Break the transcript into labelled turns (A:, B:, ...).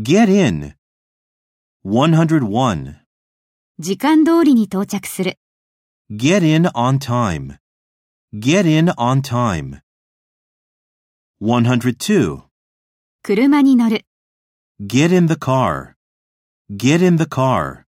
A: Get in. 101.
B: 時間通りに到着する。
A: Get in on time. Get in on time. 102.
B: 車に乗る。
A: Get in the car. Get in the car.